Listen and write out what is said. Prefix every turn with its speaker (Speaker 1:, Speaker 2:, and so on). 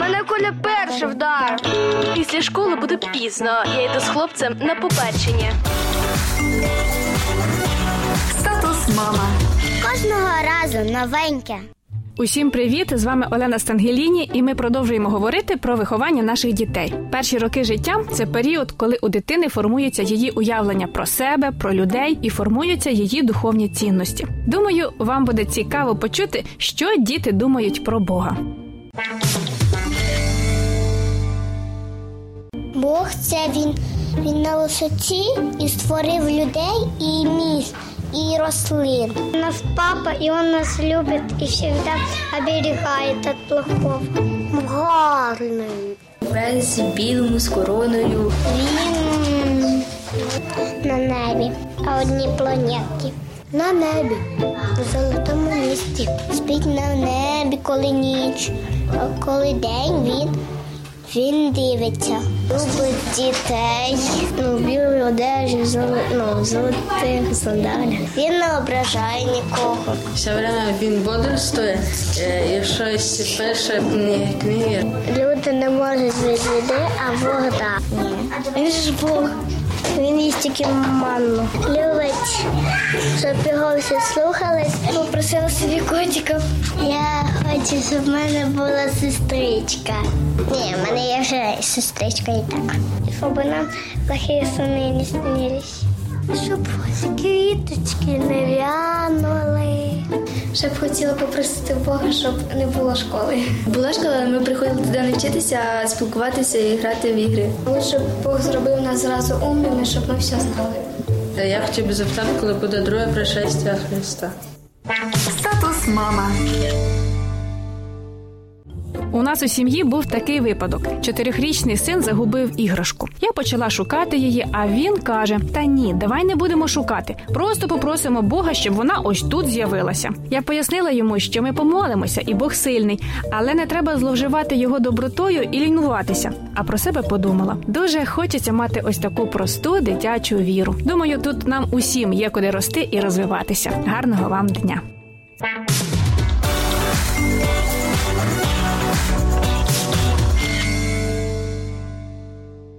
Speaker 1: мене перший вдар.
Speaker 2: Після школи буде пізно. Я йду з хлопцем на побачення.
Speaker 3: Статус мама.
Speaker 4: Кожного разу новеньке.
Speaker 5: Усім привіт! З вами Олена Стангеліні, і ми продовжуємо говорити про виховання наших дітей. Перші роки життя це період, коли у дитини формується її уявлення про себе, про людей і формуються її духовні цінності. Думаю, вам буде цікаво почути, що діти думають про Бога.
Speaker 4: Бог це він, він на висоті і створив людей, і міст, і рослин. У нас папа, і він нас любить і завжди оберігає від плохого. Гарний.
Speaker 6: Весь в білому з короною.
Speaker 4: Він на небі, а одній планеті. На небі, в золотому місті. Спить на небі, коли ніч, а коли день він. Він дивиться, любить дітей, ну, в білій одежі, золо- ну, в золотих сандалях. Він не ображає нікого.
Speaker 6: Все время він бодрствує, е, і щось перше книги.
Speaker 4: Люди не можуть без їди, а Бог так. Він ж Бог. Він їсть тільки манну. Любить, щоб його всі слухались. Попросила собі котика. Я хочу, щоб в мене була сестричка. Ні, в мене є вже сестричка і так. Щоб нам плохі сини не снились. Щоб квіточки не вянули. Щоб хотіла попросити Бога, щоб не було школи.
Speaker 6: Була школа, але ми приходили туди не вчитися, а спілкуватися і грати в ігри.
Speaker 4: Лучше б Бог зробив нас зразу умними, щоб ми все знали.
Speaker 6: е, Я хотів би запитати, коли буде друге пришестя Христа.
Speaker 3: Статус мама.
Speaker 5: У нас у сім'ї був такий випадок: чотирихрічний син загубив іграшку. Я почала шукати її, а він каже: Та ні, давай не будемо шукати. Просто попросимо Бога, щоб вона ось тут з'явилася. Я пояснила йому, що ми помолимося, і Бог сильний, але не треба зловживати його добротою і лінуватися. А про себе подумала. Дуже хочеться мати ось таку просту дитячу віру. Думаю, тут нам усім є куди рости і розвиватися. Гарного вам дня!